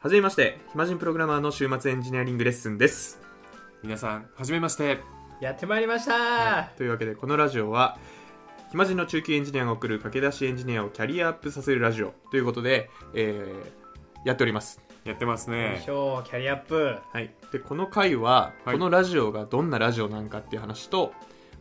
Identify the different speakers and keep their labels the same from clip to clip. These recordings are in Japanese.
Speaker 1: はじめまして、暇人プログラマーの週末エンジニアリングレッスンです。
Speaker 2: 皆さん、はじめまして。
Speaker 3: やってまいりました、
Speaker 1: というわけで、このラジオは、暇人の中級エンジニアが送る駆け出しエンジニアをキャリアアップさせるラジオということで、えーやっております。
Speaker 2: やってます
Speaker 3: よい
Speaker 2: ね
Speaker 3: し。ょキャリアアップ
Speaker 1: はい、でこの回は、
Speaker 2: は
Speaker 1: こ
Speaker 2: い
Speaker 1: のラジオがどんなラジオなんかっていう話と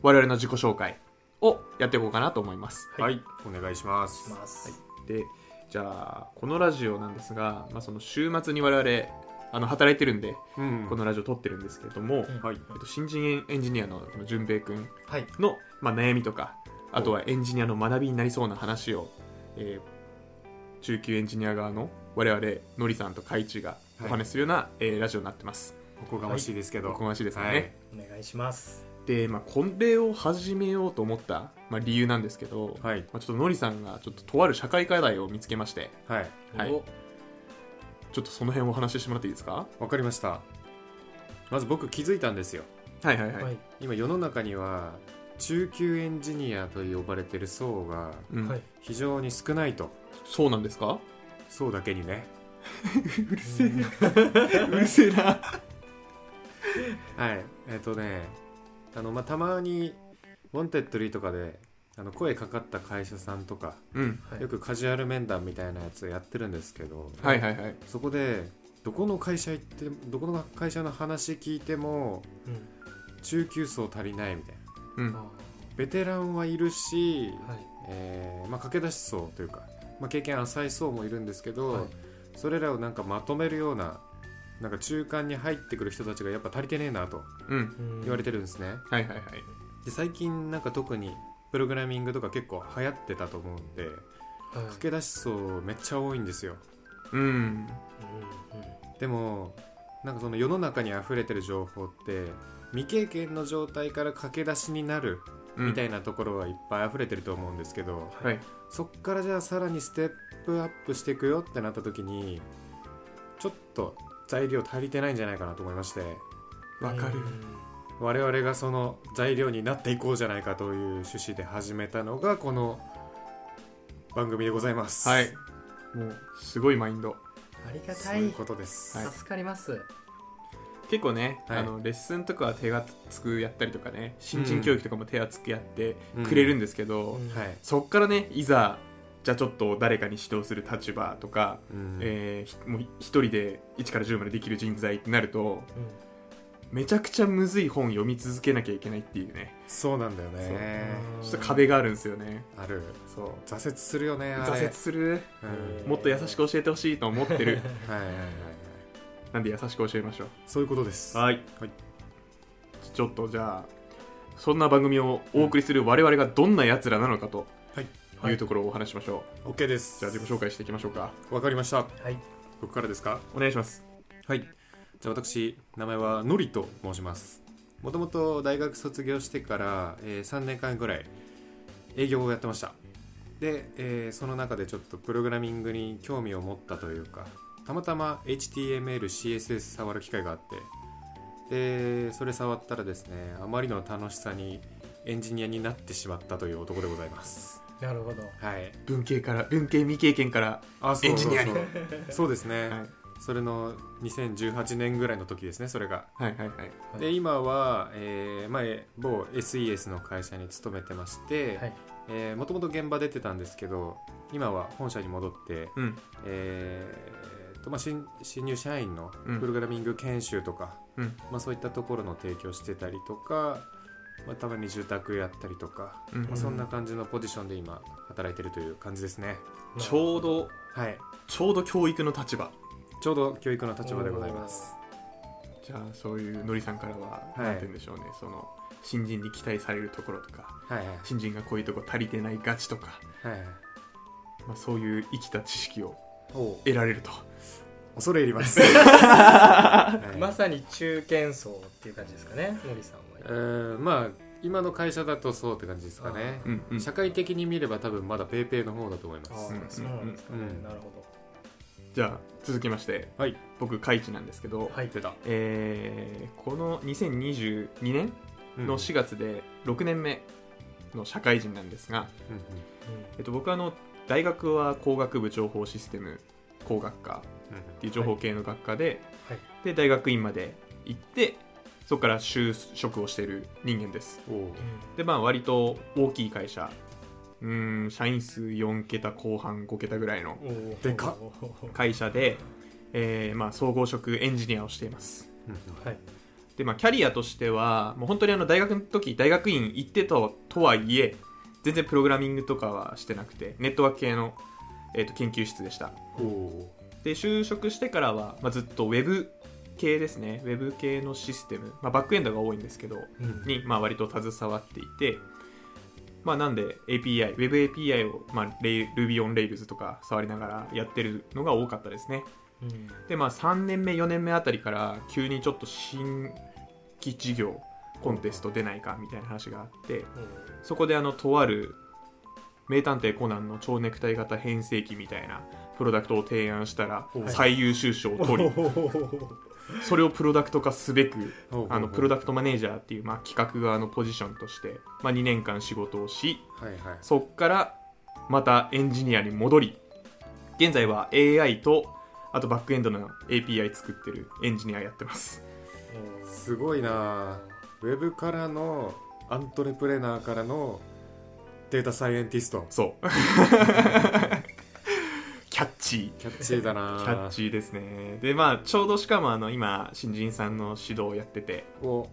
Speaker 1: 我々の自己紹介をやっていこうかなと思います
Speaker 3: は
Speaker 2: はいい、お願いします。
Speaker 3: ます、
Speaker 1: でじゃあこのラジオなんですが、まあ、その週末に我々あの働いてるんで
Speaker 2: うん
Speaker 1: このラジオ撮ってるんですけれども、
Speaker 3: うん
Speaker 2: はい。
Speaker 1: えっと、新人エンジニアのこの淳平君
Speaker 3: はい
Speaker 1: の、まあ、悩みとかあとはエンジニアの学びになりそうな話を、えー中級エンジニア側の我々のりさんと海地がお話しするような、えーラジオになってます。
Speaker 2: おこがましいですけど。
Speaker 1: おこがましいですかね
Speaker 3: お願いします
Speaker 1: で、まあ、これを始めようと思った、まあ、理由なんですけど、
Speaker 2: はい。はい。
Speaker 1: まあ、ちょっとのりさんがちょっととある社会課題を見つけまして
Speaker 2: はい。
Speaker 1: はい
Speaker 3: お
Speaker 1: ちょっとその辺をお話ししてもらっていいですか
Speaker 2: わかりました。まず僕気づいたんですよ。
Speaker 1: はいはいはい、
Speaker 3: はい
Speaker 2: 今世の中には、中級エンジニアと呼ばれてる層が
Speaker 1: うん
Speaker 3: はい
Speaker 2: 非常に少ないと。
Speaker 1: そうなんですか
Speaker 2: 層だけにね。
Speaker 1: うるせえ うるせえな
Speaker 2: はい。えっ、とね、あの、まあ、たまに、ウォンテッドリーとかで、あの声かかった会社さんとか、
Speaker 1: うん
Speaker 3: はい
Speaker 2: よくカジュアル面談みたいなやつやってるんですけど、
Speaker 1: はいはいはい
Speaker 2: そこでどこの会社行ってどこの会社の話聞いても
Speaker 3: うん
Speaker 2: 中級層足りないみたいな
Speaker 1: うん
Speaker 3: あ
Speaker 2: ベテランはいるし、
Speaker 3: ーはい
Speaker 2: えーまあ、駆け出し層というか、まあ、経験浅い層もいるんですけど、
Speaker 3: はい
Speaker 2: それらをなんかまとめるようななんか中間に入ってくる人たちがやっぱ足りてねえなと
Speaker 1: うん
Speaker 3: うん
Speaker 2: 言われてるんですね、
Speaker 1: はいはいはい
Speaker 2: で最近なんか特にプログラミングとか結構流行ってたと思うんで
Speaker 3: はい
Speaker 2: 駆け出し層めっちゃ多いんですよ
Speaker 1: うん
Speaker 3: うんうん
Speaker 2: でもなんかその世の中に溢れてる情報って未経験の状態から駆け出しになる
Speaker 1: うん
Speaker 2: みたいなところはいっぱい溢れてると思うんですけど、
Speaker 1: はい
Speaker 2: そっからじゃあさらにステップアップしていくよってなった時にちょっと材料足りてないんじゃないかなと思いまして
Speaker 1: わかる
Speaker 3: うん
Speaker 2: 我々がその材料になっていこうじゃないかという趣旨で始めたのがこの番組でございます。
Speaker 1: はいもうすごいマインド
Speaker 3: ありが
Speaker 2: そ
Speaker 3: た
Speaker 2: う
Speaker 3: い
Speaker 2: いうことです。
Speaker 1: はい
Speaker 3: 助かります、
Speaker 1: 結構ね、
Speaker 2: はい
Speaker 1: あのレッスンとかは手がつくやったりとかね新人教育とかも手厚くやって
Speaker 2: うん
Speaker 1: くれるんですけど、
Speaker 3: うん
Speaker 2: はい
Speaker 1: そっからねいざじゃあちょっと誰かに指導する立場とか、
Speaker 2: うん
Speaker 1: えーひもう一人で1から10までできる人材ってなると
Speaker 3: うん
Speaker 1: めちゃくちゃむずい本読み続けなきゃいけないっていうね
Speaker 2: そうなんだよね。
Speaker 1: ちょっと壁
Speaker 3: が
Speaker 1: があるんですよね
Speaker 2: ある
Speaker 1: そう
Speaker 2: 挫折するよねあれ
Speaker 1: 挫折する
Speaker 2: うん
Speaker 3: えー
Speaker 1: もっと優しく教えてほしいと思って る
Speaker 2: はいはいはいはい
Speaker 1: なんで優しく教えましょ
Speaker 2: そういうことです
Speaker 1: うはい、
Speaker 2: はい
Speaker 1: ちょっとじゃあそんな番組をお送りする我々がどんなやつらなのかと
Speaker 2: はい
Speaker 1: いうところをお話ししましょう、
Speaker 2: OK です
Speaker 1: じゃあ自己紹介していきましょうか
Speaker 2: わかりました
Speaker 3: はい
Speaker 2: 僕からですか
Speaker 1: お願いします
Speaker 2: はいじゃあ私名前はのりと申しますもともと大学卒業してから、えー3年間ぐらい営業をやってましたで、えーその中でちょっとプログラミングに興味を持ったというかたまたま HTMLCSS 触る機会があってでそれ触ったらですねあまりの楽しさにエンジニアになってしまったという男でございます
Speaker 3: なるほど
Speaker 2: はい
Speaker 1: 文系から文系未経験から
Speaker 2: あそう
Speaker 1: エンジニアに
Speaker 2: そうそうそうですね、
Speaker 1: はい
Speaker 2: それの2018年ぐらいの時ですねそれが
Speaker 1: はいはいはい
Speaker 3: はい
Speaker 2: で今は、えーまあ、え某 SES の会社に勤めてまして、
Speaker 3: はい
Speaker 2: えー、もともと現場出てたんですけど今は本社に戻って、
Speaker 1: うん
Speaker 2: えーとまあ、新新入社員の
Speaker 1: うん
Speaker 2: プログラミング研修とか、
Speaker 1: うん
Speaker 2: まあ、そういったところの提供してたりとか、まあ、たまに住宅やったりとか、
Speaker 1: うん
Speaker 2: まあ、そんな感じのポジションで今働いてるという感じですね、
Speaker 1: ちょうど
Speaker 2: はい
Speaker 1: ちょうど教育の立場
Speaker 2: ちょうど教育の立場でございます
Speaker 1: じゃあそういうのりさんからは
Speaker 2: はい
Speaker 1: 何て言うんでしょうね、その新人に期待されるところとか
Speaker 2: はいはい
Speaker 1: 新人がこういうとこ足りてないガチとか、
Speaker 2: はいはい
Speaker 1: まあ、そういう生きた知識を
Speaker 2: おう
Speaker 1: 得られると
Speaker 2: 恐れ入ります、はい
Speaker 3: まさに中堅層っていう感じですかねのりさん
Speaker 2: え
Speaker 3: は
Speaker 2: ーまあ今の会社だとそうって感じですかね
Speaker 3: あ、
Speaker 1: うんうん
Speaker 2: 社会的に見れば多分まだペイペイの方だと思い
Speaker 3: あ
Speaker 2: ま
Speaker 3: あ
Speaker 2: す
Speaker 3: ーそうなんですかね、
Speaker 2: うんうん
Speaker 3: なるほど
Speaker 1: じゃあ続きまして
Speaker 2: はい
Speaker 1: 僕カイチなんですけど、
Speaker 3: はい
Speaker 2: 出た
Speaker 1: えーこの2022年の4月で6年目の社会人なんですが、
Speaker 2: うん
Speaker 1: えっと、僕はあの大学は工学部情報システム工学科
Speaker 2: うん
Speaker 1: っていう情報系の学科で、
Speaker 3: はい
Speaker 1: で大学院まで行ってそこから就職をしている人間です
Speaker 2: おう
Speaker 1: でまあ割と大きい会社うーん社員数4桁後半5桁ぐらいの
Speaker 3: うん
Speaker 2: でかっ
Speaker 3: おー
Speaker 1: 会社で、えーまあ、総合職エンジニアをしています
Speaker 2: うん
Speaker 3: はい
Speaker 1: でまあキャリアとしてはもう本当にあの大学の時大学院行ってたとはいえ全然プログラミングとかはしてなくてネットワーク系の、えーと研究室でした
Speaker 2: おお
Speaker 1: で就職してからは、まあ、ずっとウェブ系ですねウェブ系のシステム、まあ、バックエンドが多いんですけど
Speaker 3: うん
Speaker 1: に、まあ、割と携わっていて、まあ、なんで API ウェブ API を、まあ、レイ Ruby on Rails とか触りながらやってるのが多かったですね
Speaker 3: うん
Speaker 1: でまあ3年目4年目あたりから急にちょっと新規事業コンテスト出ないかみたいな話があって
Speaker 3: おー
Speaker 1: そこであのとある名探偵コナンの蝶ネクタイ型変声機みたいなプロダクトを提案したら
Speaker 2: お
Speaker 1: 最優秀賞を取り
Speaker 3: り
Speaker 1: それをプロダクト化すべく
Speaker 2: おう
Speaker 1: あのプロダ
Speaker 2: ク
Speaker 1: クトマネージャーっていう、まあ、企画側のポジションとして、まあ、2年間仕事をし
Speaker 2: トはいはい
Speaker 1: そっからまたエンジニアに戻り現在は AI とあとバックエンドの API 作ってるエンジニアやってます
Speaker 2: すごいなあウェブからのアントレプレナーからのデータサイエンティスト
Speaker 1: そう キャッチ
Speaker 2: キャッチー
Speaker 1: ー
Speaker 2: だ な
Speaker 1: キャッチーですねでまあちょうどしかもあの今新人さんの指導をやってて
Speaker 2: ーを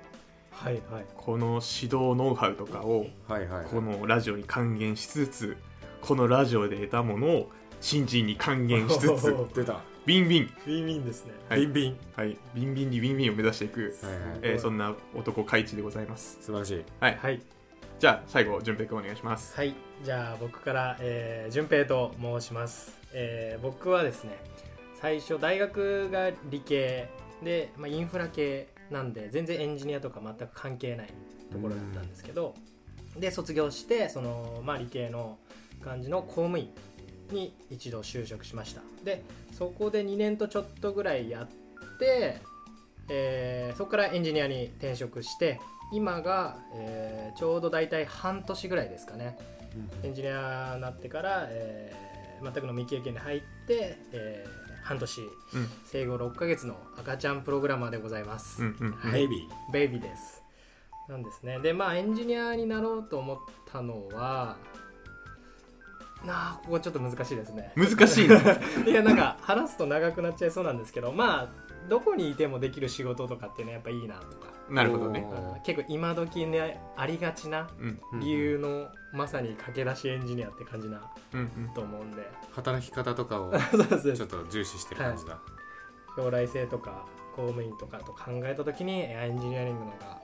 Speaker 3: はいはい
Speaker 1: この指導ノウハウとかを
Speaker 2: はいはい
Speaker 1: このラジオに還元しつつこのラジオで得たものを新人に還元しつつ
Speaker 2: 出た
Speaker 1: ビンビン、
Speaker 3: ウィンウィンですね
Speaker 1: はい、
Speaker 2: ビンビン
Speaker 1: はい、ビンビンにビンビンを目指していく、
Speaker 2: はいはい
Speaker 1: えーそんな男カイチでございます
Speaker 2: 素晴らしい
Speaker 1: はい
Speaker 3: はい
Speaker 1: じゃあ最後順平君お願いします
Speaker 3: はい、じゃあ僕から、えー、順平と申します、えー僕はですね最初大学が理系で、まあ、インフラ系なんで全然エンジニアとか全く関係ないところだったんですけどで卒業してその、まあ、理系の感じの公務員に一度就職しましたでそこで2年とちょっとぐらいやって、えーそこからエンジニアに転職して今が、えーちょうど大体半年ぐらいですかねエンジニアになってから、えー全くの未経験で入って、えー半年
Speaker 1: うん
Speaker 3: 生後6ヶ月の赤ちゃんプログラマーでございます、
Speaker 1: うんうん
Speaker 3: はい
Speaker 2: ベイビ
Speaker 3: ベイビーですなんですねでまあエンジニアになろうと思ったのはなあここちょっと難しいですね
Speaker 1: うん難しいな
Speaker 3: いやなんか話すと長くなっちゃいそうなんですけどまあどこにいてもできる仕事とかってねやっぱいいなとか
Speaker 1: なるほどね
Speaker 2: おー
Speaker 3: 結構今時ねありがちな
Speaker 1: うん
Speaker 2: ー
Speaker 3: 理由の、まさに駆け出しエンジニアって感じな
Speaker 1: うんうん
Speaker 3: と思うんで
Speaker 2: 働き方とかを
Speaker 3: そうです
Speaker 2: ちょっと重視してる感じだ
Speaker 3: 将来性とか公務員とかと考えた時にエンジニアリングの方がま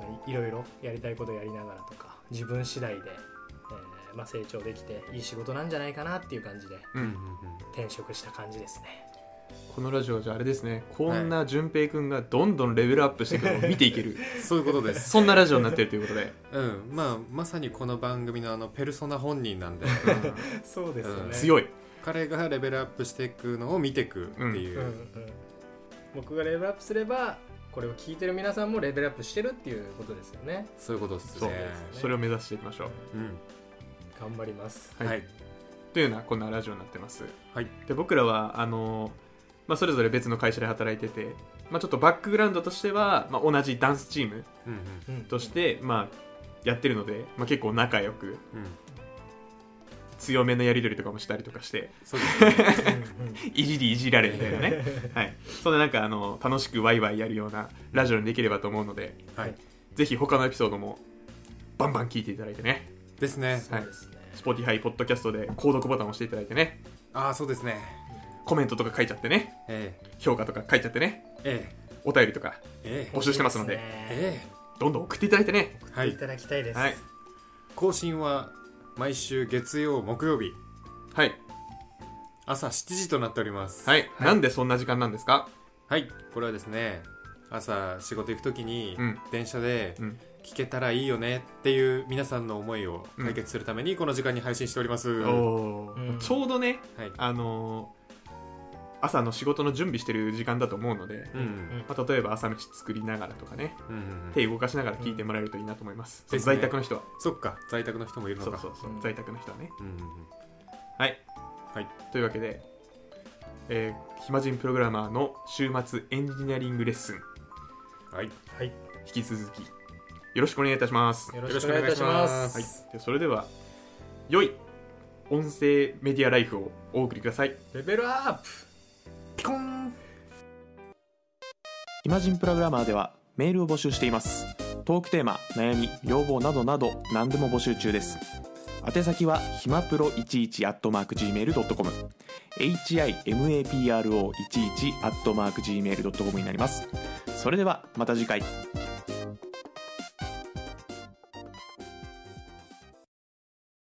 Speaker 3: あいいろいろやりたいことやりながらとか自分次第で、えーまあ、成長できていい仕事なんじゃないかなっていう感じで
Speaker 1: う
Speaker 2: うん
Speaker 1: ん
Speaker 3: 転職した感じですね
Speaker 1: このラジオじゃあれですねこんな順平君がどんどんレベルアップしていくのを見ていける
Speaker 2: そういうことです
Speaker 1: そんなラジオになってるということで、
Speaker 2: うんまあまさにこの番組のあのペルソナ本人なんで
Speaker 3: そうです
Speaker 2: よね
Speaker 3: い、
Speaker 1: 強い
Speaker 2: 彼がレベルアップしていくのを見ていくっていう、
Speaker 3: うんうん、僕がレベルアップすればこれを聞いてる皆さんもレベルアップしてるっていうことですよね
Speaker 2: そういうことです
Speaker 1: そう
Speaker 2: ね
Speaker 1: それを目指していきましょう
Speaker 2: うん
Speaker 3: 頑張ります
Speaker 1: はい
Speaker 2: はい
Speaker 1: というようなこんなラジオになってます
Speaker 2: はい
Speaker 1: で僕らはあの、まあ、それぞれ別の会社で働いてて、まあ、ちょっとバックグラウンドとしては、まあ、同じダンスチーム
Speaker 2: うん
Speaker 3: うん
Speaker 1: として、まあ、やってるので、まあ、結構仲良く
Speaker 2: うんうん
Speaker 1: 強めのやり取りとかもしたりとかして
Speaker 2: そうですね
Speaker 1: いじりいじられみたいなね、はい、そんななんかあの楽しくワイワイやるようなラジオにできればと思うので
Speaker 2: はい
Speaker 1: ぜひ他のエピソードもバンバン聞いていただいてね
Speaker 2: ですね
Speaker 3: そうですね
Speaker 1: Spotify ポッドキャストで購読ボタンを押していただいてね
Speaker 2: ああそうですね
Speaker 1: コメントとか書いちゃってね
Speaker 2: え
Speaker 1: 評価とか書いちゃってね
Speaker 2: ええ
Speaker 1: お便りとか
Speaker 2: ええ
Speaker 1: 募集してますので
Speaker 3: いいすね
Speaker 2: え
Speaker 1: どんどん送っていただいてね
Speaker 2: えはい
Speaker 3: いただきたいです、
Speaker 1: はい
Speaker 2: 更新は毎週月曜木曜日
Speaker 1: はい
Speaker 2: 朝7時となっております
Speaker 1: はい、なんでそんな時間なんですか
Speaker 2: はいこれはですね朝仕事行く時に
Speaker 1: うん
Speaker 2: 電車で
Speaker 1: うん
Speaker 2: 聞けたらいいよねっていう皆さんの思いを解決するためにこの時間に配信しております、は
Speaker 1: おー
Speaker 3: うん
Speaker 1: ちょうどね
Speaker 2: い
Speaker 1: あのー朝の仕事の準備してる時間だと思うので、
Speaker 2: うんうん
Speaker 1: まあ、例えば朝飯作りながらとかね
Speaker 2: うんうん
Speaker 1: 手動かしながら聞いてもらえるといいなと思います、
Speaker 2: うん
Speaker 1: その在宅の人は
Speaker 2: そっか在宅の人もいるの
Speaker 1: そう
Speaker 2: か
Speaker 1: そうそう
Speaker 3: うん
Speaker 1: 在宅の人はね
Speaker 2: うんうんうん
Speaker 1: はい
Speaker 2: はい
Speaker 4: というわけで、えー暇人プログラマーの週末エンジニアリングレッスン
Speaker 2: はい
Speaker 3: はい、
Speaker 4: 引き続きよろしくお願いいたします
Speaker 3: よろしくお願いいたします。
Speaker 2: は
Speaker 4: で
Speaker 2: い
Speaker 4: それでは良い音声メディアライフをお送りください
Speaker 3: レベルアップ
Speaker 2: ピコン
Speaker 1: 暇人プログラマーではメールを募集していますトークテーマ悩み要望などなど何でも募集中です宛先はひまプロ11 at mark gmail.com himapro11 at mark gmail.com になりますそれではまた次回